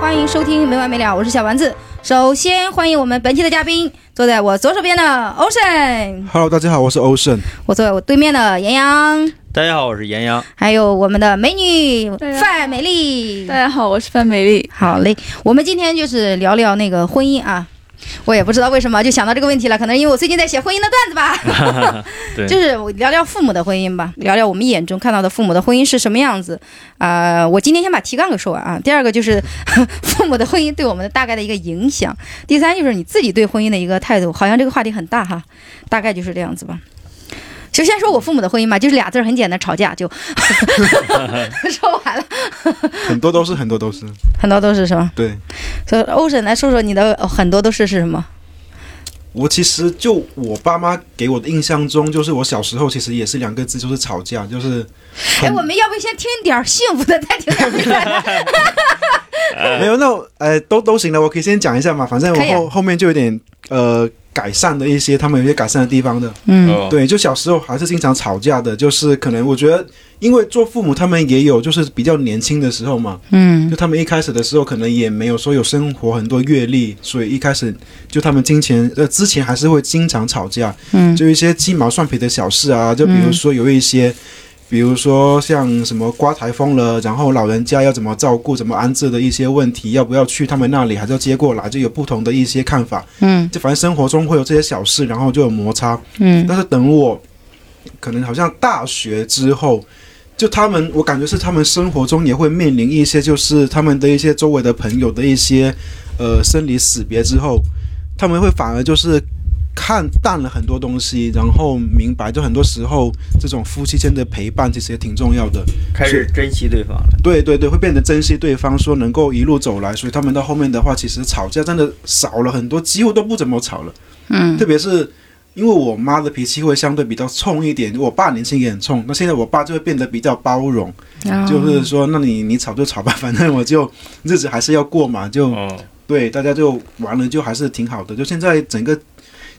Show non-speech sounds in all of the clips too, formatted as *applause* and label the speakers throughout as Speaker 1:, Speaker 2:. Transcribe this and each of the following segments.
Speaker 1: 欢迎收听没完没了，我是小丸子。首先欢迎我们本期的嘉宾，坐在我左手边的 Ocean，
Speaker 2: Hello，大家好，我是 Ocean。
Speaker 1: 我坐在我对面的杨洋，
Speaker 3: 大家好，我是严阳。
Speaker 1: 还有我们的美女
Speaker 4: 对啊
Speaker 1: 范美丽。
Speaker 4: 大家好，我是范美
Speaker 3: *laughs*
Speaker 4: 丽。
Speaker 1: 好嘞，我们今天就是聊聊那个婚姻啊。我也不知道为什么就想到这个问题了，可能因为我最近在写婚姻的段子吧。 *laughs*
Speaker 3: 对
Speaker 1: 就是我聊聊父母的婚姻吧，聊聊我们眼中看到的父母的婚姻是什么样子。啊、我今天先把提纲给说完啊。第二个就是 *laughs* 父母的婚姻对我们的大概的一个影响。第三就是你自己对婚姻的一个态度，好像这个话题很大哈，大概就是这样子吧。就先说我父母的婚姻吧，就是俩字儿很简单，吵架就 *laughs* 说完了，
Speaker 2: 很多都是，很多都是，
Speaker 1: 很多都是什么？
Speaker 2: 对
Speaker 1: 所以欧婶来说说你的呃很多都是是什么？
Speaker 2: 我其实就我爸妈给我的印象中，就是我小时候其实也是两个字，就是吵架，就是
Speaker 1: 哎，
Speaker 2: 很
Speaker 1: 我们要不先听点儿幸福的，再听 *laughs* 点儿不快乐。
Speaker 2: 没有那我呃都都行了，我可以先讲一下嘛，反正
Speaker 1: 可以
Speaker 2: 我
Speaker 1: 啊
Speaker 2: 后、后面就有点呃改善的一些，他们有一些改善的地方的。
Speaker 1: 嗯
Speaker 3: 哦，
Speaker 2: 对，就小时候还是经常吵架的，就是可能我觉得，因为做父母他们也有就是比较年轻的时候嘛，
Speaker 1: 嗯
Speaker 2: 就他们一开始的时候，可能也没有说有生活很多阅历，所以一开始就他们金钱呃之前还是会经常吵架，
Speaker 1: 嗯
Speaker 2: 就一些鸡毛蒜皮的小事啊，就比如说有一些，比如说像什么刮台风了，然后老人家要怎么照顾、怎么安置的一些问题，要不要去他们那里，还是要接过来，就有不同的一些看法。
Speaker 1: 嗯
Speaker 2: 就反正生活中会有这些小事，然后就有摩擦。
Speaker 1: 嗯
Speaker 2: 但是等我可能好像大学之后，就他们，我感觉是他们生活中也会面临一些，就是他们的一些周围的朋友的一些呃生离死别之后，他们会反而就是看淡了很多东西，然后明白，就很多时候这种夫妻间的陪伴其实也挺重要的。
Speaker 3: 开始珍惜对方了。
Speaker 2: 对对对，会变得珍惜对方，说能够一路走来，所以他们到后面的话，其实吵架真的少了很多，几乎都不怎么吵了。
Speaker 1: 嗯
Speaker 2: 特别是因为我妈的脾气会相对比较冲一点，我爸年轻也很冲，那现在我爸就会变得比较包容，
Speaker 1: 嗯哦
Speaker 2: 就是说，那你你吵就吵吧， *laughs* 反正我就日子还是要过嘛，就
Speaker 3: 嗯，
Speaker 2: 对大家就玩了，就还是挺好的。就现在整个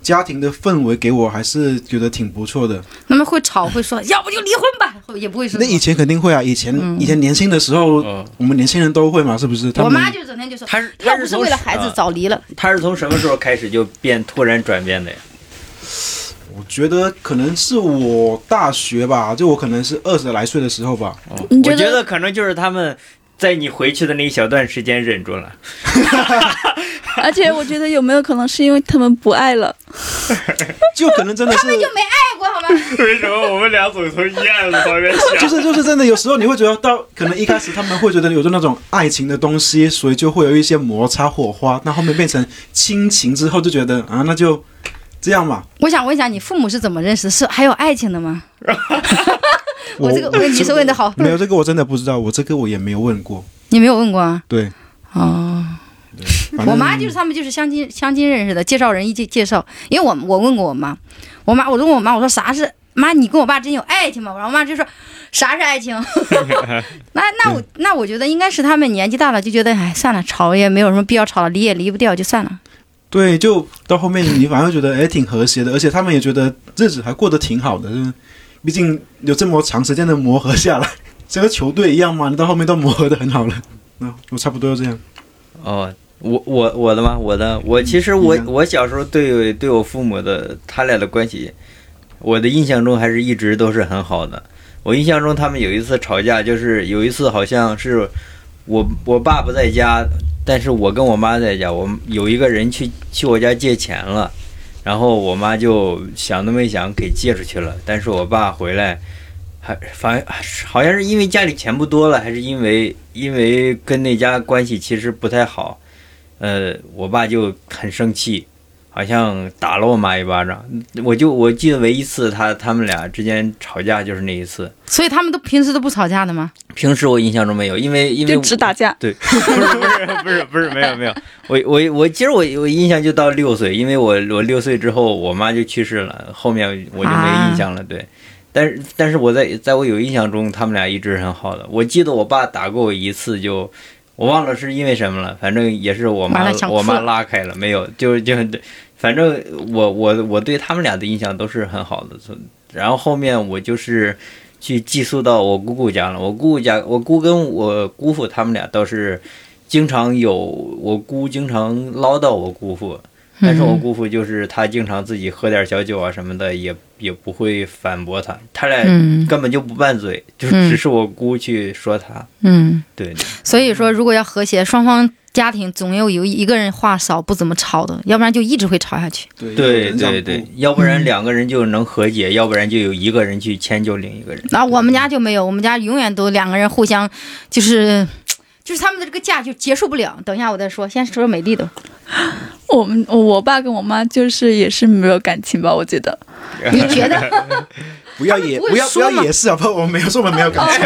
Speaker 2: 家庭的氛围给我还是觉得挺不错的。
Speaker 1: 他们会吵会说，要不就离婚吧，会也不会说
Speaker 2: 那。以前肯定会啊，以前、以前年轻的时候，
Speaker 3: 嗯
Speaker 2: 我们年轻人都会嘛，是不是？他
Speaker 1: 嗯我
Speaker 2: 们
Speaker 1: 妈就整天就说，
Speaker 3: 他是
Speaker 1: 要
Speaker 3: 他
Speaker 1: 不是
Speaker 3: 从
Speaker 1: 为了孩子
Speaker 3: 啊
Speaker 1: 早离了。
Speaker 3: 他是从什么时候开始就变突然转变的呀？
Speaker 2: 我觉得可能是我大学吧，就我可能是二十来岁的时候吧，
Speaker 3: 哦
Speaker 4: 你觉
Speaker 3: 我
Speaker 4: 得
Speaker 3: 觉得可能就是他们在你回去的那一小段时间忍住了。
Speaker 4: 而且我觉得有没有可能是因为他们不爱了？
Speaker 2: 就可能真的是
Speaker 1: 爱哎过好吗？
Speaker 3: 为什么我们俩总从一案子方面
Speaker 2: 就
Speaker 3: 想？
Speaker 2: 是就是真的，有时候你会觉得到，可能一开始他们会觉得有着那种爱情的东西，所以就会有一些摩擦火花。那后面变成亲情之后，就觉得啊，那就这样嘛。
Speaker 1: 我想问一下，你父母是怎么认识？是还有爱情的 *laughs* 吗？我这个问题是问的好，
Speaker 2: 没有这个我真的不知道，我这个我也没有问过。
Speaker 1: 你没有问过啊？
Speaker 2: 对，
Speaker 1: 哦，
Speaker 2: 反正
Speaker 1: 我妈就是他们就是相亲相亲认识的，介绍人一介介绍，因为我我问过我妈，我妈我就问我妈我说啥是妈你跟我爸真有爱情吗？然后我妈就说啥是爱情？ *laughs* 那那
Speaker 3: 嗯
Speaker 1: 我那我觉得应该是他们年纪大了就觉得哎算了吵也没有什么必要吵了离也离不掉就算了。
Speaker 2: 对，就到后面你反而觉得哎挺和谐的，而且他们也觉得日子还过得挺好的，就是毕竟有这么长时间的磨合下来， *laughs* 像个球队一样嘛，你到后面都磨合的很好了。那我差不多就这样。
Speaker 3: 哦，我我我的吗？我的我其实我
Speaker 2: 嗯
Speaker 3: 我小时候对对我父母的他俩的关系，我的印象中还是一直都是很好的。我印象中他们有一次吵架，就是有一次好像是我我爸不在家，但是我跟我妈在家，我们有一个人去去我家借钱了，然后我妈就想都没想给借出去了，但是我爸回来。还反好像是因为家里钱不多了，还是因为因为跟那家关系其实不太好，呃，我爸就很生气，好像打了我妈一巴掌。我就我记得唯一一次他他们俩之间吵架就是那一次，
Speaker 1: 所以他们都平时都不吵架的吗？
Speaker 3: 平时我印象中没有，因为因为
Speaker 4: 就只打架，
Speaker 3: 对， *laughs* 不是不是不是不是没有没有，我我我其实我我印象就到六岁，因为我我六岁之后我妈就去世了，后面我就没印象了。对，但是但是我在在我有印象中，他们俩一直是很好的。我记得我爸打过我一次就，我忘了是因为什么了，反正也是我
Speaker 1: 完
Speaker 3: 妈
Speaker 1: 了想哭
Speaker 3: 我妈
Speaker 1: 了
Speaker 3: 拉开了，没有就就反正我我我对他们俩的印象都是很好的。所以然后后面我就是。去寄宿到我姑姑家了。我姑姑家，我姑跟我姑父他们俩倒是经常有我姑经常唠叨我姑父，
Speaker 1: 嗯
Speaker 3: 但是我姑父就是他经常自己喝点小酒啊什么的，也也不会反驳他，他俩
Speaker 1: 嗯
Speaker 3: 根本就不拌嘴，就是
Speaker 1: 嗯
Speaker 3: 只是我姑去说他。
Speaker 1: 嗯，
Speaker 3: 对，
Speaker 1: 所以说如果要和谐，双方家庭总有有一个人话少，不怎么吵的，要不然就一直会吵下去。
Speaker 2: 对
Speaker 3: 对
Speaker 2: 有人让
Speaker 3: 对
Speaker 2: 步
Speaker 3: 对，要不
Speaker 1: 嗯
Speaker 3: 然两个人就能和解，要不然就有一个人去迁就另一个人。
Speaker 1: 然后我们家就没有，我们家永远都两个人互相，就是，就是他们的这个架就结束不了。等一下我再说，先说说美丽的。
Speaker 4: 我们我爸跟我妈就是也是没有感情吧，我觉得。
Speaker 1: 你觉得？
Speaker 2: 不要也
Speaker 1: 他们不会
Speaker 2: 不要不
Speaker 1: 说
Speaker 2: 要
Speaker 1: 嘛
Speaker 2: 也是啊！不，我们没有说我们没有感情，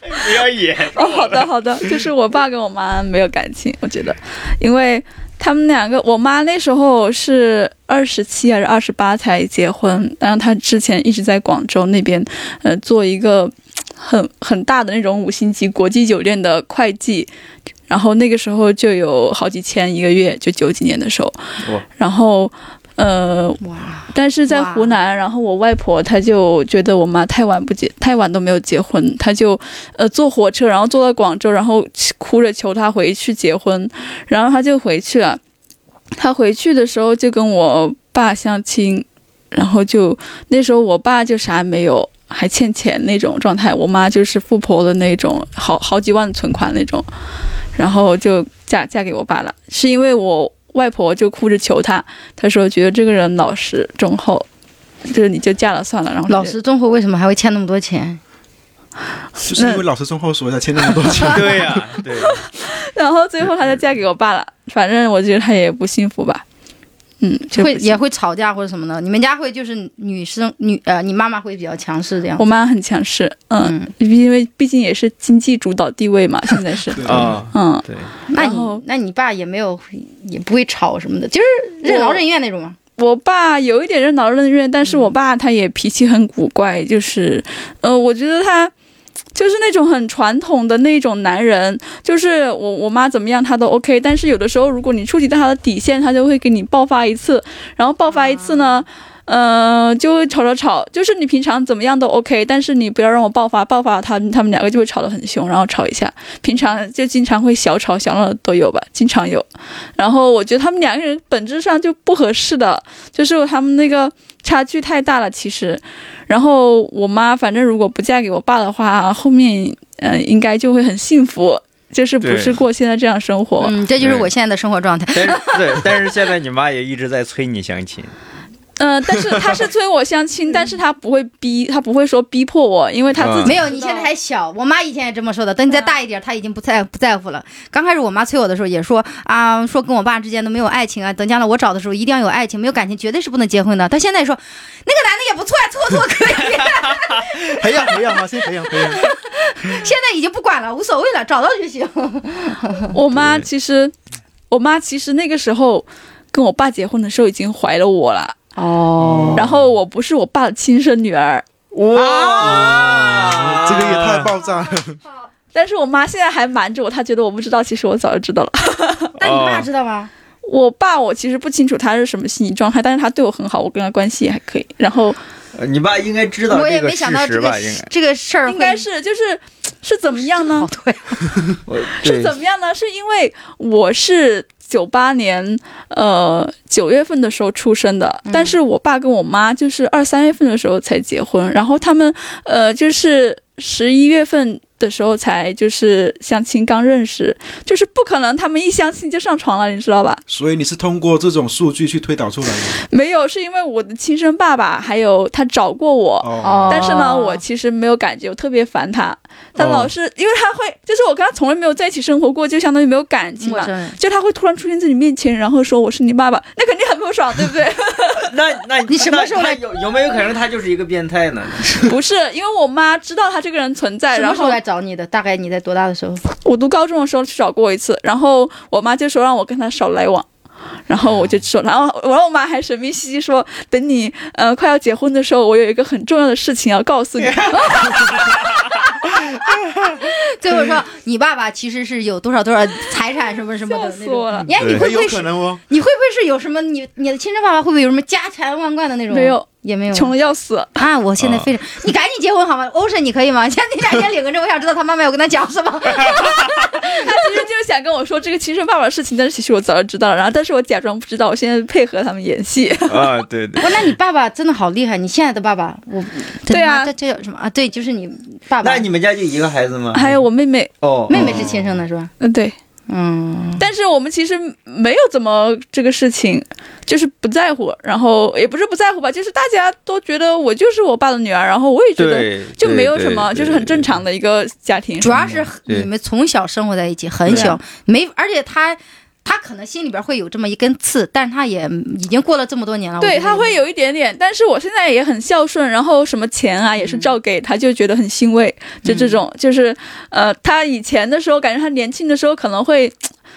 Speaker 3: 不要演，
Speaker 4: 哦，好的好的，就是我爸跟我妈没有感情，我觉得，因为他们两个，我妈那时候是二十七还是二十八才结婚，然后她之前一直在广州那边，呃，做一个很很大的那种五星级国际酒店的会计。然后那个时候就有好几千一个月，就九几年的时候
Speaker 3: 哇。
Speaker 4: 然后，呃，
Speaker 1: 哇，
Speaker 4: 但是在
Speaker 1: 哇
Speaker 4: 湖南，然后我外婆她就觉得我妈太晚不结，太晚都没有结婚，她就呃坐火车，然后坐到广州，然后哭着求她回去结婚，然后她就回去了。她回去的时候就跟我爸相亲，然后就那时候我爸就啥也没有，还欠钱那种状态，我妈就是富婆的那种，好好几万存款那种，然后就嫁嫁给我爸了，是因为我外婆就哭着求她，她说觉得这个人老实忠厚，就是你就嫁了算了，然后
Speaker 1: 老实忠厚为什么还会欠那么多钱？
Speaker 2: 就是因为老师忠厚所以才欠那么多钱。
Speaker 3: 对呀、
Speaker 2: *laughs*
Speaker 3: 对，
Speaker 4: 然后最后她就嫁给我爸了，反正我觉得她也不幸福吧，嗯，就不
Speaker 1: 会
Speaker 4: 幸
Speaker 1: 也会吵架或者什么的？你们家会就是女生女呃，你妈妈会比较强势这样
Speaker 4: 我？妈很强势，嗯，
Speaker 1: 嗯，
Speaker 4: 因为毕竟也是经济主导地位嘛，现在是，
Speaker 2: 对
Speaker 3: *laughs* 啊、
Speaker 4: 嗯，
Speaker 3: 对，
Speaker 1: *laughs* 那
Speaker 4: 然后
Speaker 1: 你那你爸也没有也不会吵什么的，就是任劳任怨那种嘛。
Speaker 4: 我爸有一点任劳任怨，但是我爸他也脾气很古怪，就是，呃，我觉得他就是那种很传统的那种男人，就是我我妈怎么样他都 OK，但是有的时候如果你触及到他的底线，他就会给你爆发一次，然后爆发一次呢。呃，就会吵吵吵，就是你平常怎么样都 OK，但是你不要让我爆发，爆发他他们两个就会吵得很凶，然后吵一下，平常就经常会小吵小闹的都有吧，经常有。然后我觉得他们两个人本质上就不合适的，就是他们那个差距太大了，其实。然后我妈反正如果不嫁给我爸的话，后面嗯、呃应该就会很幸福，就是不
Speaker 3: 对
Speaker 4: 是过现在这样生活。
Speaker 1: 嗯，这就是我现在的生活状态。
Speaker 3: 但是对，但是现在你妈也一直在催你相亲，
Speaker 4: 嗯、但是她是催我相亲，但是她不会逼，她不会说逼迫我，因为她自己
Speaker 1: 没有，你现在还小。我妈以前也这么说的，等你再大一点，她已经不在不在乎了。刚开始我妈催我的时候也说啊，说跟我爸之间都没有爱情啊，等将来我找的时候一定要有爱情，没有感情绝对是不能结婚的。她现在说那个男的也不错，搓搓可以。
Speaker 2: *laughs* 培养培养嘛，先培养培养。
Speaker 1: 现在已经不管了，无所谓了，找到就
Speaker 4: *laughs*
Speaker 1: 行。
Speaker 4: 我妈其实，我妈其实那个时候跟我爸结婚的时候已经怀了我了，
Speaker 1: 哦，
Speaker 4: 然后我不是我爸的亲生女儿，
Speaker 3: 哇
Speaker 2: 这个也太爆炸了！
Speaker 4: 但是我妈现在还瞒着我，她觉得我不知道，其实我早就知道了。
Speaker 1: 那你
Speaker 3: 哦
Speaker 1: 爸知道吗？
Speaker 4: 我爸我其实不清楚他是什么心理状态，但是他对我很好，我跟他关系也还可以。然后
Speaker 3: 呃你爸应该知道
Speaker 1: 我也
Speaker 3: 这个
Speaker 1: 没
Speaker 3: 事
Speaker 1: 想到这
Speaker 3: 实
Speaker 1: 个
Speaker 3: 吧？应该
Speaker 1: 这个事儿
Speaker 4: 应该
Speaker 1: 会
Speaker 4: 是就是是怎么样呢
Speaker 1: 哦？对，
Speaker 3: 我
Speaker 4: 是
Speaker 3: 对
Speaker 4: 怎么样呢？是因为我是九八年呃九月份的时候出生的，
Speaker 3: 嗯
Speaker 4: 但是我爸跟我妈就是二三月份的时候才结婚，然后他们呃就是十一月份。的时候才就是相亲刚认识，就是不可能他们一相亲就上床了，你知道吧？
Speaker 2: 所以你是通过这种数据去推导出来的
Speaker 4: 没有，是因为我的亲生爸爸还有他找过我，
Speaker 2: 哦。
Speaker 4: 但是呢，我
Speaker 1: 哦
Speaker 4: 其实没有感觉，我特别烦他。他
Speaker 3: 哦
Speaker 4: 老是，因为他会，就是我跟他从来没有在一起生活过，就相当于没有感情
Speaker 1: 陌
Speaker 4: 嘛
Speaker 1: 生。 *laughs* 人，
Speaker 4: 就他会突然出现在你面前，然后说我是你爸 *laughs* 爸，那肯定很不爽，对不对？
Speaker 3: 那那
Speaker 1: 你什么时候
Speaker 3: 那
Speaker 1: 来
Speaker 3: 他有有没有可能他就是一个变态呢？
Speaker 4: 不是，因为我妈知道他这个人存在，
Speaker 1: 什
Speaker 4: 然
Speaker 1: 么时候
Speaker 4: 后
Speaker 1: 来找你的？大概你在多大的时候？
Speaker 4: 我读高中的时候去找过我一次，然后我妈就说让我跟他少来往。然后我就说，然后然后我妈还神秘兮兮说，等你呃快要结婚的时候，我有一个很重要的事情要告诉你。
Speaker 1: 哎最后说你爸爸其实是有多少多少财产什么什么的
Speaker 4: 笑
Speaker 1: 那种。
Speaker 4: 死我了
Speaker 1: 哎，你
Speaker 2: 很
Speaker 1: 会不
Speaker 2: 有
Speaker 1: 会
Speaker 2: 可
Speaker 1: 是？
Speaker 2: 能哦，
Speaker 1: 你会不会是有什么？你你的亲生爸爸会不会有什么家财万贯的那种？
Speaker 4: 没，有，
Speaker 1: 也没有
Speaker 4: 穷的要死。 *laughs*
Speaker 1: 啊！我现在非常，你赶紧结婚好吗？Ocean，你可以吗？现在你俩先领个证，我想知道他妈妈有跟他讲什
Speaker 4: *laughs*
Speaker 1: 么。
Speaker 4: 他其实就是想跟我说这个亲生爸爸的事情，但是其实我早就知道了，然后但是我假装不知道，我现在配合他们演戏。
Speaker 3: 啊，对对，
Speaker 1: 哇，那你爸爸真的好厉害！你现在的爸爸，我
Speaker 4: 对啊
Speaker 1: 这这叫什么啊？对，就是你爸爸
Speaker 3: 那，你们家就一个孩子吗？
Speaker 4: 还有我妹哎妹，
Speaker 3: 哦，
Speaker 1: 妹妹是
Speaker 3: 前
Speaker 1: 亲生的是吧？
Speaker 4: 嗯，对，
Speaker 1: 嗯，
Speaker 4: 但是我们其实没有怎么这个事情，就是不在乎，然后也不是不在乎吧，就是大家都觉得我就是我爸的女儿，然后我也觉得
Speaker 3: 对，
Speaker 4: 就
Speaker 3: 对
Speaker 4: 没有什么，
Speaker 3: 对
Speaker 4: 就是很正常
Speaker 3: 对
Speaker 4: 的一个家庭。
Speaker 1: 主要是
Speaker 3: 对
Speaker 1: 你们从小生活在一起，很
Speaker 4: 对啊
Speaker 1: 小，没，而且他他可能心里边会有这么一根刺，但是他也已经过了这么多年了，我
Speaker 4: 对
Speaker 1: 觉得
Speaker 4: 他会有一点点，但是我现在也很孝顺，然后什么钱啊也
Speaker 1: 嗯
Speaker 4: 是照给他，就觉得很欣慰。就这种，就是呃，他以前的时候，感觉他年轻的时候可能会。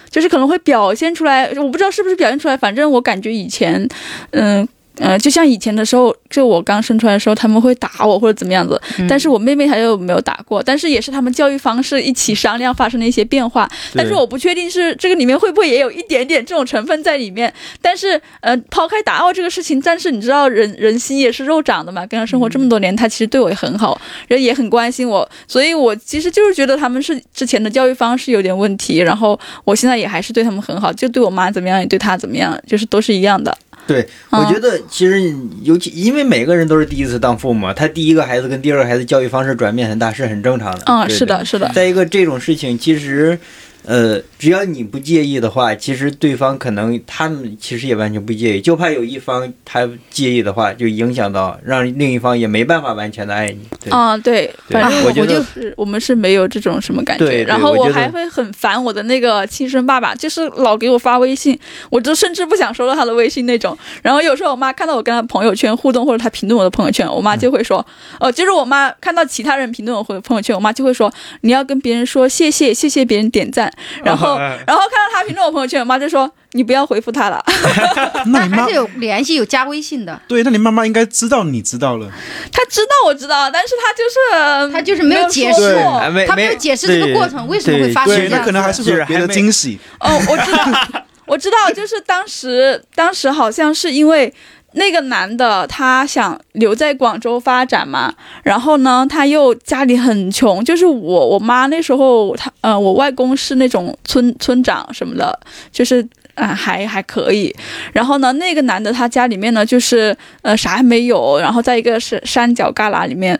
Speaker 4: 就是可能会表现出来，我不知道是不是表现出来，反正我感觉以前，嗯呃，就像以前的时候，就我刚生出来的时候，他们会打我或者怎么样子，
Speaker 1: 嗯
Speaker 4: 但是我妹妹她又没有打过，但是也是他们教育方式一起商量发生了一些变化，但是我不确定是这个里面会不会也有一点点这种成分在里面。但是，呃，抛开打奥这个事情，但是你知道人人心也是肉长的嘛，跟他生活这么多年，他其实对我也很好，人也很关心我，所以我其实就是觉得他们是之前的教育方式有点问题，然后我现在也还是对他们很好，就对我妈怎么样，也对她怎么样，就是都是一样的。
Speaker 3: 对，
Speaker 4: 嗯
Speaker 3: 我觉得其实尤其因为每个人都是第一次当父母，他第一个孩子跟第二个孩子教育方式转变很大是很正常的。
Speaker 4: 嗯，
Speaker 3: 对
Speaker 4: 是。的，是的
Speaker 3: 对，再一个，这种事情其实，呃，只要你不介意的话，其实对方可能他们其实也完全不介意，就怕有一方他介意的话，就影响到让另一方也没办法完全的爱你。对，
Speaker 4: 啊、对，
Speaker 3: 对
Speaker 4: 反正
Speaker 1: 我
Speaker 3: 觉得
Speaker 4: 就是我们是没有这种什么感觉。
Speaker 3: 对对
Speaker 4: 然后
Speaker 3: 我觉得
Speaker 4: 还会很烦我的那个亲生爸爸，就是老给我发微信，我就甚至不想收到他的微信那种。然后有时候我妈看到我跟他朋友圈互动，或者他评论我的朋友圈，我妈就会说，
Speaker 3: 嗯
Speaker 4: 呃，就是我妈看到其他人评论我的朋友圈，我妈就会说你要跟别人说谢谢，谢谢别人点赞。然
Speaker 3: 哦
Speaker 4: 后，
Speaker 3: 哎
Speaker 4: 然后看到他评论我朋友圈，我妈就说你不要回复他了。 *laughs*
Speaker 2: 那
Speaker 1: 但
Speaker 2: 你妈
Speaker 1: 还是有联系，有加微信的，
Speaker 2: 对，那你妈妈应该知道你知道了，
Speaker 4: 他知道我知道，但是他就是哦
Speaker 1: 他就是没有解
Speaker 4: 说
Speaker 1: 释
Speaker 2: 对
Speaker 4: 过
Speaker 3: 哎没
Speaker 1: 他没有解释这个过程为什么会发生
Speaker 2: 对，
Speaker 1: 这
Speaker 2: 那
Speaker 1: 样
Speaker 2: 可能还啊是会有别的惊喜。
Speaker 4: 哦，我知道，我知道，就是当时，当时好像是因为那个男的他想留在广州发展嘛，然后呢，他又家里很穷，就是我我妈那时候她呃，我外公是那种村村长什么的，就是。啊、还还可以。然后呢，那个男的他家里面呢，就是呃啥也没有，然后在一个山山脚旮旯里面。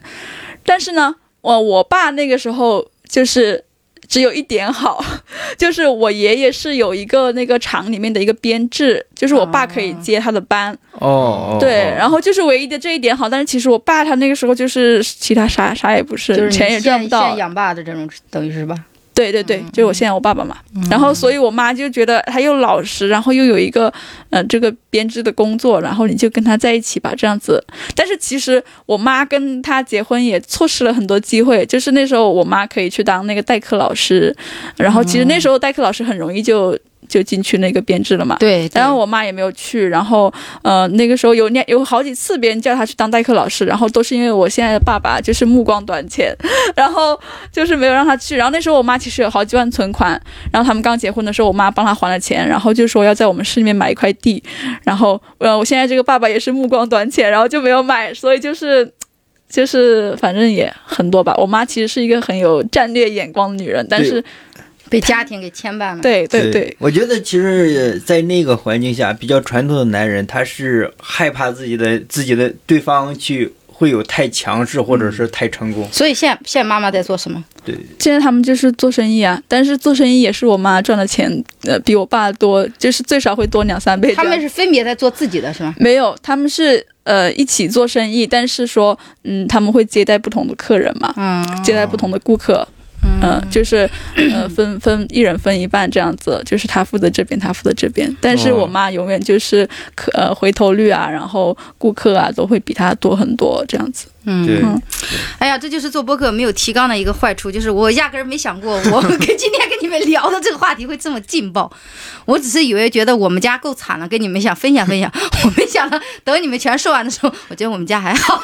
Speaker 4: 但是呢，我我爸那个时候就是只有一点好，就是我爷爷是有一个那个厂里面的一个编制，就是我爸可以接他的班，
Speaker 3: 哦哦，
Speaker 4: 对，
Speaker 3: 哦
Speaker 4: 然后就是唯一的这一点好，但是其实我爸他那个时候就是其他啥啥也不是，
Speaker 1: 就是你
Speaker 4: 钱也
Speaker 1: 现
Speaker 4: 赚不到
Speaker 1: 现，养爸的这种，等于是吧？
Speaker 4: 对对对，就是我现在我爸爸嘛，然后所以我妈就觉得他又老实，然后又有一个呃这个编制的工作，然后你就跟他在一起吧这样子。但是其实我妈跟他结婚也错失了很多机会，就是那时候我妈可以去当那个代课老师，然后其实那时候代课老师很容易就就进去那个编制了嘛，
Speaker 1: 对，
Speaker 4: 然后我妈也没有去，然后呃那个时候有那有好几次别人叫她去当代课老师，然后都是因为我现在的爸爸就是目光短浅， *laughs* 然后就是没有让她去。然后那时候我妈其实有好几万存款，然后他们刚结婚的时候，我妈帮她还了钱，然后就说要在我们市里面买一块地，然后呃我现在这个爸爸也是目光短浅，然后就没有买，所以就是。就是反正也很多吧。我妈其实是一个很有战略眼光的女人，但是
Speaker 1: 被家庭给牵绊了。
Speaker 4: 对对对，
Speaker 3: 我觉得其实，在那个环境下，比较传统的男人，他是害怕自己的自己的对方去会有太强势，或者是太成功。
Speaker 1: 所以现在现在妈妈在做什么？
Speaker 3: 对，
Speaker 4: 现在他们就是做生意啊，但是做生意也是我妈赚的钱，呃，比我爸多，就是最少会多两三倍这
Speaker 1: 他
Speaker 4: 样。
Speaker 1: 们是分别在做自己的是吗？
Speaker 4: 没有，他们是呃一起做生意，但是说，嗯，他们会接待不同的客人嘛，
Speaker 1: 嗯
Speaker 4: 接待不同的顾客，嗯、就是呃分分一人分一半这样子，就是他负责这边，他负责这边。但是
Speaker 3: 哦
Speaker 4: 我
Speaker 1: *laughs*
Speaker 4: 妈永远就是客呃回头率啊，然后顾客啊都会比他多很多这样子。
Speaker 1: 嗯，
Speaker 3: 对，
Speaker 4: 嗯
Speaker 1: 哎呀，这就是做播客没有提纲的一个坏处，就是我压根儿没想过，我 *laughs* 跟今天跟你们聊的这个话题会这么劲爆。我只是以为觉得我们家够惨了，跟你们想分享分享。 *laughs* 我没想到等你们全说完的时候，我觉得我们家还好，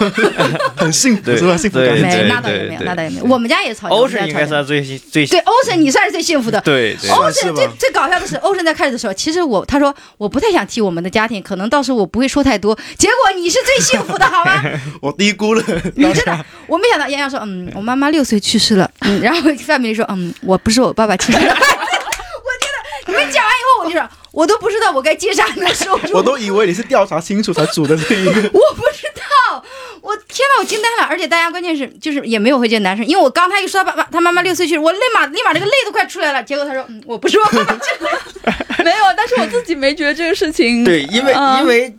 Speaker 2: 很幸福
Speaker 3: 对
Speaker 2: 是吧？幸福感
Speaker 3: 对
Speaker 2: 很
Speaker 1: 没
Speaker 2: 强。
Speaker 1: 那倒也没有，那倒也没有。我们家也吵架，我
Speaker 3: 欧
Speaker 1: 们家也
Speaker 3: 神应
Speaker 1: 吵
Speaker 3: 该
Speaker 1: 架
Speaker 3: 算最幸最
Speaker 1: 对欧神，你算是最幸福的。
Speaker 3: 对对
Speaker 1: 欧
Speaker 2: 哎算是
Speaker 1: 神
Speaker 2: 吧
Speaker 1: 最最搞笑的是，欧神在开始的时候，其实我他说我不太想提我们的家庭，可能到时候我不会说太多。结果你是最幸福的，好
Speaker 2: *laughs*
Speaker 1: 吗？
Speaker 2: 我低估了，
Speaker 1: 你真的，我没想到洋洋说，嗯，我妈妈六岁去世了，嗯，然后范冰冰说，嗯，我不是我爸爸亲生的孩子。 *laughs* 我觉得你们讲完以后，我就说，我都不知道我该接啥的时候，
Speaker 2: *laughs* 我都以为你是调查清楚才组的这一个。
Speaker 1: 我不知道，我天呐，我惊呆了！而且大家关键是就是也没有会见男生，因为我刚他一说他爸爸他妈妈六岁去世，我立马立马这个泪都快出来了。结果他说，嗯，我不是我爸爸亲生的。
Speaker 4: 没有，但是我自己没觉得这个事情。
Speaker 3: 对，因为、
Speaker 4: 嗯
Speaker 3: 因为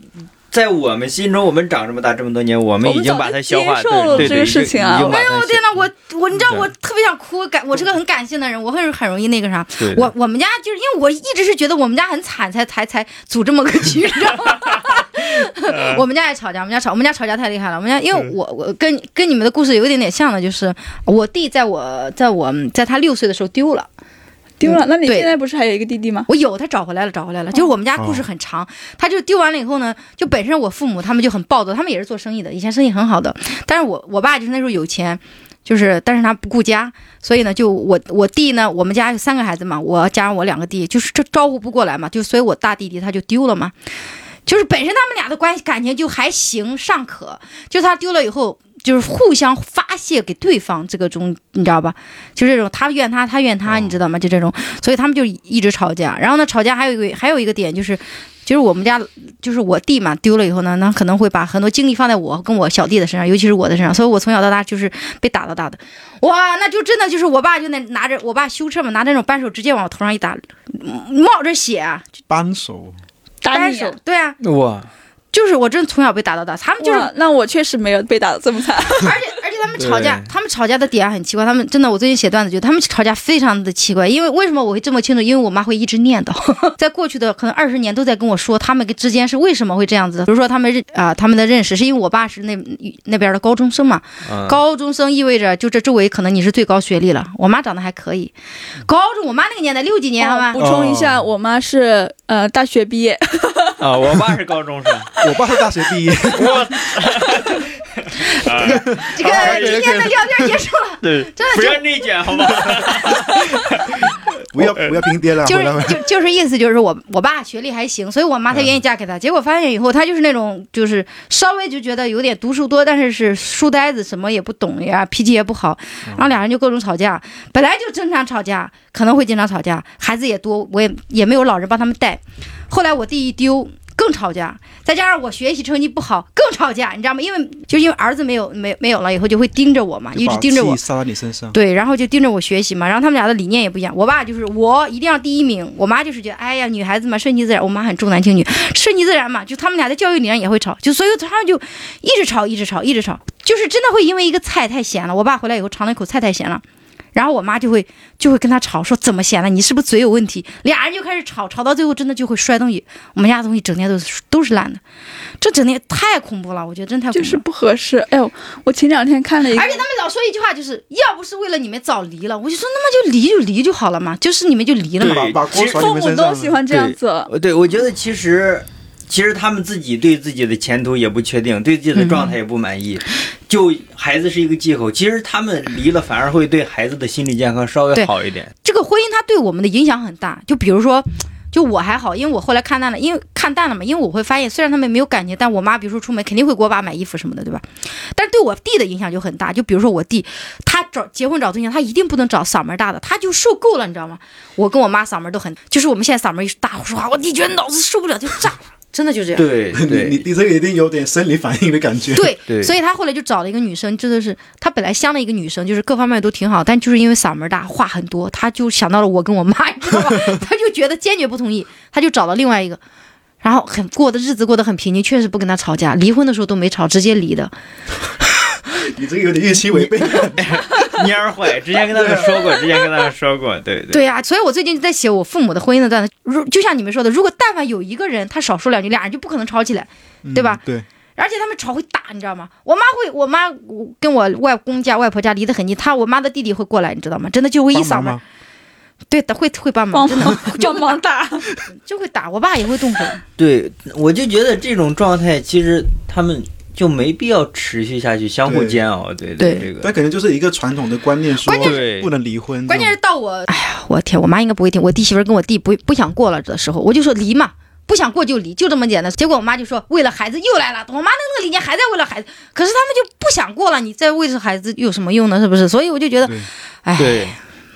Speaker 3: 在我们心中，我们长这么大这么多年，我们
Speaker 4: 我们
Speaker 3: 已经
Speaker 4: 早
Speaker 3: 把
Speaker 4: 就
Speaker 3: 它消化
Speaker 4: 接受了
Speaker 3: 对对
Speaker 4: 这
Speaker 3: 对
Speaker 4: 个事情啊
Speaker 3: 已经把
Speaker 1: 哎
Speaker 3: 它
Speaker 1: 呦我
Speaker 3: 消
Speaker 1: 天呐，我我你知道
Speaker 3: 对
Speaker 1: 我特别想哭，感我是个很感性的人，我很很容易那个啥。
Speaker 3: 对的
Speaker 1: 我我们家就是因为我一直是觉得我们家很惨，才才才组这么个局，你知道吗？*laughs*
Speaker 3: 嗯
Speaker 1: 我们家也吵架，我们家吵，我们家吵架太厉害了。我们家因为我我跟跟你们的故事有一点点像的，就是我弟在我在我在他六岁的时候丢了。
Speaker 4: 丢了，那你
Speaker 1: 对
Speaker 4: 现在不是还有一个弟弟吗？
Speaker 1: 我有，他找回来了，找回来了。就是我们家故
Speaker 3: 哦
Speaker 1: 事很长，他就丢完了以后呢，就本身我父母他们就很暴躁，他们也是做生意的，以前生意很好的，但是我我爸就是那时候有钱。就是，但是他不顾家，所以呢，就我我弟呢，我们家有三个孩子嘛，我加上我两个弟，就是这照顾不过来嘛，就所以我大弟弟他就丢了嘛，就是本身他们俩的关系感情就还行尚可，就他丢了以后，就是互相发泄给对方这个中，你知道吧？就这种他怨他，他怨他，
Speaker 2: 哦
Speaker 1: 你知道吗？就这种，所以他们就一直吵架。然后呢，吵架还有一个还有一个点就是，就是我们家就是我弟嘛丢了以后呢，那可能会把很多精力放在我跟我小弟的身上，尤其是我的身上。所以我从小到大就是被打到大的，哇，那就真的就是我爸就那拿着我爸修车嘛，拿着那种扳手直接往我头上一打，嗯冒着血啊，
Speaker 2: 扳手，
Speaker 1: 扳
Speaker 4: 你啊
Speaker 1: 手，对啊，
Speaker 3: 化哇，
Speaker 1: 就是我真的从小被打到大，他们就是
Speaker 4: 哇那我确实没有被打的这么惨。
Speaker 1: 而且而且他们吵架
Speaker 3: 对，
Speaker 1: 他们吵架的点啊很奇怪。他们真的，我最近写段子觉得他们吵架非常的奇怪。因为为什么我会这么清楚？因为我妈会一直念叨， *laughs* 在过去的可能二十年都在跟我说他们之间是为什么会这样子的。比如说他们认啊、他们的认识是因为我爸是那那边的高中生嘛，
Speaker 3: 嗯、
Speaker 1: 高中生意味着就这周围可能你是最高学历了。我妈长得还可以，高中我妈那个年代六几年好吧
Speaker 4: *laughs* 哦补，充一下，
Speaker 2: 哦
Speaker 4: 我妈是呃大学毕业，
Speaker 3: 啊！我爸是高中生，
Speaker 2: 我爸是大学 *laughs* 毕业，
Speaker 1: 这个
Speaker 3: 好
Speaker 1: 今天的聊天结束了。
Speaker 4: *laughs*
Speaker 3: 对，
Speaker 1: 真的
Speaker 3: 不
Speaker 1: 就
Speaker 3: 要内卷，好吧？
Speaker 2: 不要不要拼爹了，嗯
Speaker 1: 就是
Speaker 2: 回来吧
Speaker 1: 就就是意思就是我我爸学历还行，所以我妈才愿意嫁给他。结果发现以后，他就是那种就是稍微就觉得有点读书多，但是是书呆子，什么也不懂呀，脾气也不好。
Speaker 2: 嗯
Speaker 1: 然后俩人就各种吵架，本来就经常吵架，可能会经常吵架，孩子也多，我也也没有老人帮他们带。后来我弟一丢。更吵架，再加上我学习成绩不好，更吵架，你知道吗？因为就因为儿子没有没没有了以后，就会盯着我嘛，一直盯着我
Speaker 2: 把气。撒在你身上。
Speaker 1: 对，然后就盯着我学习嘛，然后他们俩的理念也不一样。我爸就是我一定要第一名，我妈就是觉得哎呀女孩子嘛顺其自然，我妈很重男轻哎女，顺其自然嘛，就他们俩在教育理念也会吵，就所以他们就一直吵，一直吵，一直吵，就是真的会因为一个菜太咸了，我爸回来以后尝了一口菜太咸了。然后我妈就会就会跟他吵，说怎么咸了？你是不是嘴有问题？俩人就开始吵，吵到最后真的就会摔东西。我们家的东西整天都是都是烂的，这整天太恐怖了，我觉得真太恐怖
Speaker 4: 就
Speaker 1: 了。
Speaker 4: 是不合适。哎呦，我前两天看了一个
Speaker 1: 而，且他们老说一句话，就是要不是为了你们早离了，我就说那么就离就离就好了嘛，就是你们就离了嘛。
Speaker 2: 把把锅甩你
Speaker 4: 父
Speaker 2: 们
Speaker 4: 母
Speaker 2: 身
Speaker 4: 都
Speaker 2: 上
Speaker 4: 喜
Speaker 2: 了。
Speaker 4: 欢这样子。
Speaker 3: 呃对，我觉得其实其实他们自己对自己的前途也不确定，对自己的状态也不满意，就孩子是一个借口。其实他们离了，反而会对孩子的心理健康稍微
Speaker 1: 对
Speaker 3: 好一点。
Speaker 1: 这个婚姻它对我们的影响很大，就比如说。就我还好，因为我后来看淡了，因为看淡了嘛，因为我会发现，虽然他们没有感情，但我妈比如说出门肯定会给我爸买衣服什么的，对吧？但是对我弟的影响就很大。就比如说我弟，他找结婚找对象，他一定不能找嗓门大的，他就受够了，你知道吗？我跟我妈嗓门都很，就是我们现在嗓门一大，我说话，我弟觉得脑子受不了就炸了，真的就这样。
Speaker 3: 对
Speaker 2: *laughs* 你你
Speaker 3: 对
Speaker 2: 弟这个一定有点生理反应的感
Speaker 3: *laughs*
Speaker 2: 觉。
Speaker 1: 对，
Speaker 3: 对
Speaker 1: 所以他后来就找了一个女生，真的是他本来相了一个女生，就是各方面都挺好，但就是因为嗓门大，话很多，他就想到了我跟我妈，你知道
Speaker 3: *laughs*
Speaker 1: 吧？他就觉得坚决不同意，他就找了另外一个，然后很过的日子过得很平静，确实不跟他吵架，离婚的时候都没吵，直接离的。
Speaker 2: 你这个有点预期违背。
Speaker 3: 蔫儿坏，之前跟他们说过，之前跟他们说过，对对。
Speaker 1: 对呀、所以我最近在写我父母的婚姻的段子，如就像你们说的，如果但凡有一个人他少说两句，俩人就不可能吵起来。对吧
Speaker 2: 嗯对，
Speaker 1: 而且他们吵会打，你知道吗？我妈会，我妈我跟我外公家、外婆家离得很近，她我妈的弟弟会过来，你知道吗？真的就会一嗓
Speaker 2: 帮忙
Speaker 1: 门，
Speaker 2: 吗？
Speaker 1: 对，会会帮忙，
Speaker 4: 帮
Speaker 1: 真的 *laughs*
Speaker 4: 帮忙打， *laughs*
Speaker 1: 就会打。我爸也会动
Speaker 3: *laughs*
Speaker 1: 手，
Speaker 3: 对，我就觉得这种状态其实他们就没必要持续下去，相互
Speaker 2: 对
Speaker 3: 煎熬。对
Speaker 1: 对
Speaker 3: 这个
Speaker 2: 但可能就是一个传统的观念，说
Speaker 3: 关键是
Speaker 2: 不能离婚。
Speaker 1: 关键是到我，哎呀，我天，我妈应该不会听。我弟媳妇儿跟我弟不不想过了的时候，我就说离嘛，不想过就离，就这么简单。结果我妈就说为了孩子又来了，我妈那个理念还在为了孩子，可是他们就不想过了，你再为了孩子有什么用呢？是不是？所以我就觉得
Speaker 2: 对，
Speaker 1: 哎。
Speaker 3: 对，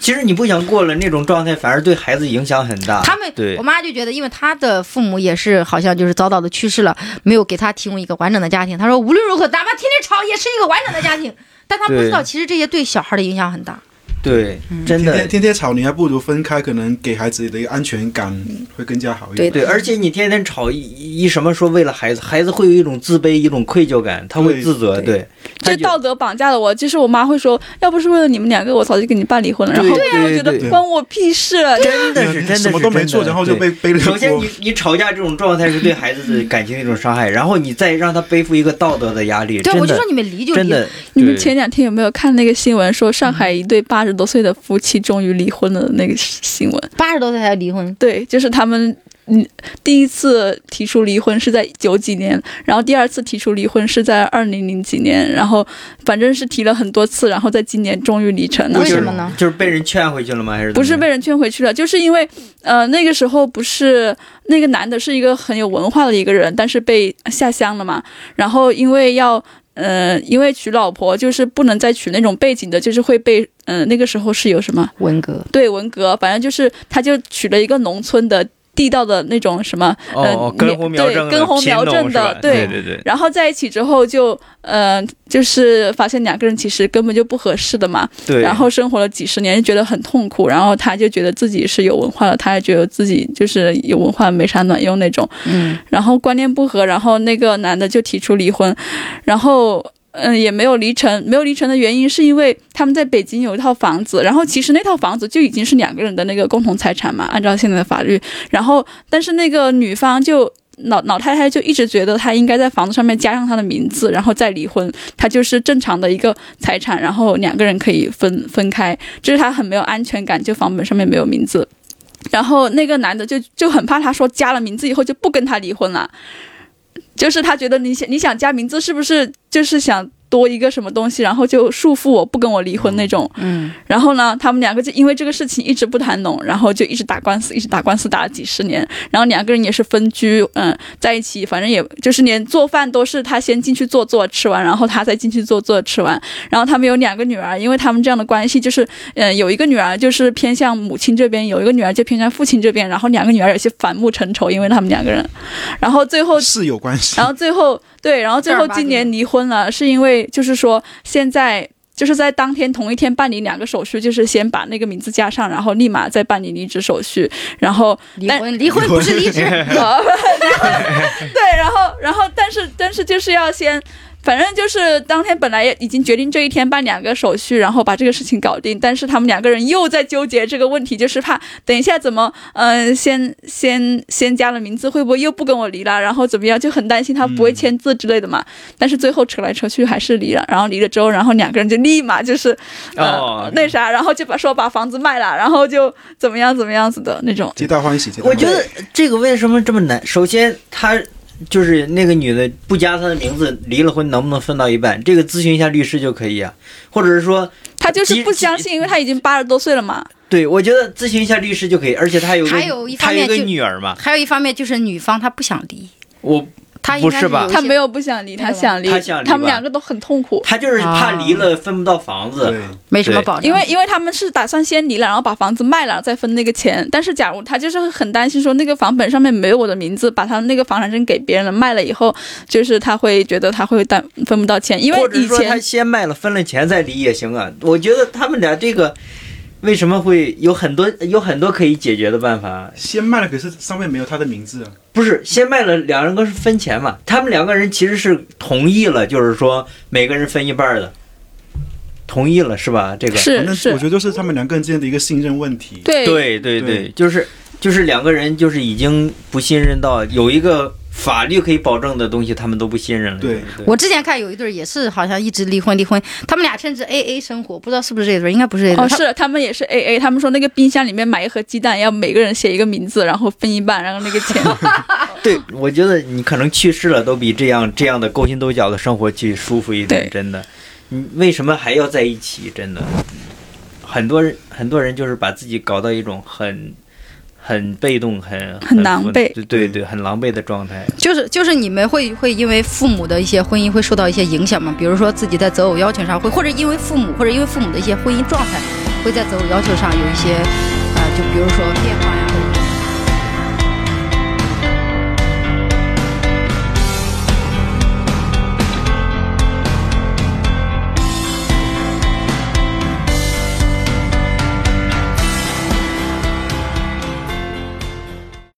Speaker 3: 其实你不想过了那种状态，反而对孩子影响很大。
Speaker 1: 他们，
Speaker 3: 对
Speaker 1: 我妈就觉得，因为她的父母也是好像就是早早的去世了，没有给她提供一个完整的家庭。她说无论如何，哪怕天天吵，也是一个完整的家庭。但她不知道，
Speaker 3: 对
Speaker 1: 其实这些对小孩的影响很大。
Speaker 3: 对，真
Speaker 2: 天
Speaker 3: 的
Speaker 2: 天天天吵，你还不如分开，可能给孩子的一个安全感会更加好一
Speaker 1: 对
Speaker 2: 点。
Speaker 1: 的
Speaker 3: 对，而且你天天吵一一什么说为了孩子，孩子会有一种自卑，一种愧疚感，他会
Speaker 2: 对
Speaker 3: 自责，
Speaker 1: 对
Speaker 3: 对，他
Speaker 4: 这
Speaker 3: 就
Speaker 4: 道德绑架了我。就是我妈会说，要不是为了你们两个，我早就跟你爸离婚了。然
Speaker 3: 对
Speaker 4: 后
Speaker 3: 对
Speaker 4: 我就觉
Speaker 3: 对
Speaker 4: 得
Speaker 2: 对
Speaker 4: 关我屁事啊了。
Speaker 3: 真的是真的是
Speaker 2: 什么都没做，
Speaker 3: 真的
Speaker 2: 然后就被背了
Speaker 3: 首先
Speaker 2: 锅
Speaker 3: 你，你吵架这种状态是对孩子的感情的一种伤害，然后你再让他背负一个道德的压力，
Speaker 1: 对，我
Speaker 3: 真
Speaker 1: 就
Speaker 3: 的
Speaker 1: 说你们离就离，
Speaker 3: 真的，
Speaker 4: 你们
Speaker 3: 对
Speaker 4: 前两天有没有看那个新闻，说上海一对八十多岁的夫妻终于离婚了的那个新闻？
Speaker 1: 八十多岁才离婚，
Speaker 4: 对，就是他们。嗯，第一次提出离婚是在九几年，然后第二次提出离婚是在二零零几年，然后反正是提了很多次，然后在今年终于离成了。
Speaker 1: 为什么呢？
Speaker 3: 就是被人劝回去了吗？还是怎
Speaker 4: 不
Speaker 3: 么
Speaker 4: 是
Speaker 3: 样
Speaker 4: 被人劝回去了，就是因为呃那个时候不是那个男的是一个很有文化的一个人，但是被下乡了嘛，然后因为要。呃，因为娶老婆就是不能再娶那种背景的，就是会被，呃，那个时候是有什么
Speaker 1: 文革。
Speaker 4: 对文革，反正就是他就娶了一个农村的地道的那种什么，
Speaker 3: 哦
Speaker 4: 呃
Speaker 3: 哦，根红苗
Speaker 4: 对
Speaker 3: 正的
Speaker 4: 根红
Speaker 3: 贫
Speaker 4: 苗
Speaker 3: 农
Speaker 4: 正
Speaker 3: 是
Speaker 4: 的
Speaker 3: 吧
Speaker 4: 对
Speaker 3: 对对对，
Speaker 4: 然后在一起之后就，呃，就是发现两个人其实根本就不合适的嘛，
Speaker 3: 对，
Speaker 4: 然后生活了几十年，就觉得很痛苦。然后他就觉得自己是有文化的，他也觉得自己就是有文化没啥卵用那种。
Speaker 1: 嗯，
Speaker 4: 然后观念不合，然后那个男的就提出离婚，然后。嗯，也没有离成，没有离成的原因是因为他们在北京有一套房子，然后其实那套房子就已经是两个人的那个共同财产嘛，按照现在的法律。然后，但是那个女方就老老太太就一直觉得她应该在房子上面加上她的名字，然后再离婚，她就是正常的一个财产，然后两个人可以分分开，这是她很没有安全感，就房本上面没有名字。然后那个男的就就很怕她说加了名字以后就不跟她离婚了，就是他觉得你想你想加名字是不是就是想多一个什么东西，然后就束缚我不跟我离婚那种。
Speaker 1: 嗯，
Speaker 4: 然后呢，他们两个就因为这个事情一直不谈拢，然后就一直打官司，一直打官司打了几十年。然后两个人也是分居，嗯，在一起，反正也就是连做饭都是他先进去做做吃完，然后他再进去做做吃完。然嗯后他们有两个女儿，因为他们这样的关系，就是嗯，有一个女儿就是偏向母亲这边，有一个女儿就偏向父亲这边。然后两个女儿有些反目成仇，因为他们两个人。然后最后
Speaker 2: 是有关系
Speaker 4: 然。后最后对，然后最后今年离婚了，是因为就是说现在就是在当天同一天办理两个手续，就是先把那个名字加上，然后立马再办理离职手续，然后
Speaker 1: 嗯离婚，离婚不是离职，
Speaker 4: *laughs* 对，然后然后但是但是就是要先。反正就是当天本来也已经决定这一天办两个手续，然后把这个事情搞定，但是他们两个人又在纠结这个问题，就是怕等一下怎么，嗯、先先先加了名字，会不会又不跟我离了，然后怎么样，就很担心他不会签字之类的嘛。但是最后扯来扯去还是离了，然后离了之后，然后两个人就立马就是，呃，
Speaker 3: 哦
Speaker 4: 那啥，然后就把说把房子卖了，然后就怎么样怎么样子的那种。
Speaker 2: 皆大欢喜，皆大
Speaker 3: 我
Speaker 2: 欢喜
Speaker 3: 觉得这个为什么这么难？首先，她就是那个女的不加她的名字，离了婚能不能分到一半？这个咨询一下律师就可以啊，或者是说，
Speaker 4: 他就是
Speaker 3: 即
Speaker 4: 不相信，因为他已经八十多岁了嘛。
Speaker 3: 对我觉得咨询一下律师就可以。而且她有
Speaker 1: 还
Speaker 3: 个
Speaker 1: 有一
Speaker 3: 她
Speaker 1: 方面
Speaker 3: 有个
Speaker 1: 就
Speaker 3: 女儿嘛，
Speaker 1: 还有一方面就是女方她不想离，
Speaker 3: 我
Speaker 1: 她应该
Speaker 3: 哦不是吧
Speaker 1: 有一些
Speaker 4: 他没有不想离，
Speaker 1: 对
Speaker 4: 他
Speaker 1: 吧
Speaker 4: 想离，
Speaker 3: 他想离
Speaker 4: 们
Speaker 3: 吧
Speaker 4: 两个都很痛苦，
Speaker 3: 她就是怕离了分不到房子
Speaker 2: 对，，
Speaker 1: 没什么
Speaker 3: 对
Speaker 1: 保障，
Speaker 4: 因为因为他们是打算先离了，然后把房子卖了再分那个钱。但是假如他就是很担心说那个房本上面没有我的名字，把他那个房产证给别人了，卖了以后，就是他会觉得他会担分不到钱，因为
Speaker 3: 或者
Speaker 4: 以
Speaker 3: 说她
Speaker 4: 前
Speaker 3: 先卖了分了钱再离也行啊。我觉得他们俩这个为什么会有很多有很多可以解决的办法？啊
Speaker 2: 先卖了，可是上面没有他的名字啊。
Speaker 3: 不是，先卖了，两人个是分钱嘛？他们两个人其实是同意了，就是说每个人分一半儿的，同意了是吧？这个
Speaker 2: 反
Speaker 4: 是
Speaker 2: 正我觉，
Speaker 4: 是
Speaker 2: 得就是他们两个人之间的一个信任问题。
Speaker 4: 对
Speaker 3: 对对对，就是就是两个人就是已经不信任到有一个法律可以保证的东西，他们都不信任了。
Speaker 2: 对
Speaker 1: 我之前看有一对儿也是，好像一直离婚离婚，他们俩甚至 A A 生活，不知道是不是这对儿，应该不是这对儿。
Speaker 4: 哦，
Speaker 1: 他
Speaker 4: 是他们也是 A A，他们说那个冰箱里面买一盒鸡蛋，要每个人写一个名字，然后分一半，然后那个钱
Speaker 3: 对，我觉得你可能去世了，都比这样这样的勾心斗角的生活去舒服一点。
Speaker 4: 对
Speaker 3: 真的，你为什么还要在一起？真的，很多人很多人就是把自己搞到一种很很被动、很
Speaker 4: 很狼狈
Speaker 3: 对对对，很狼狈的状态。
Speaker 1: 就是就是你们会会因为父母的一些婚姻会受到一些影响吗？比如说自己在择偶要求上会，或者因为父母或者因呃为父母的一些婚姻状态，会在择偶要求上有一些，啊、就比如说变化呀，或者。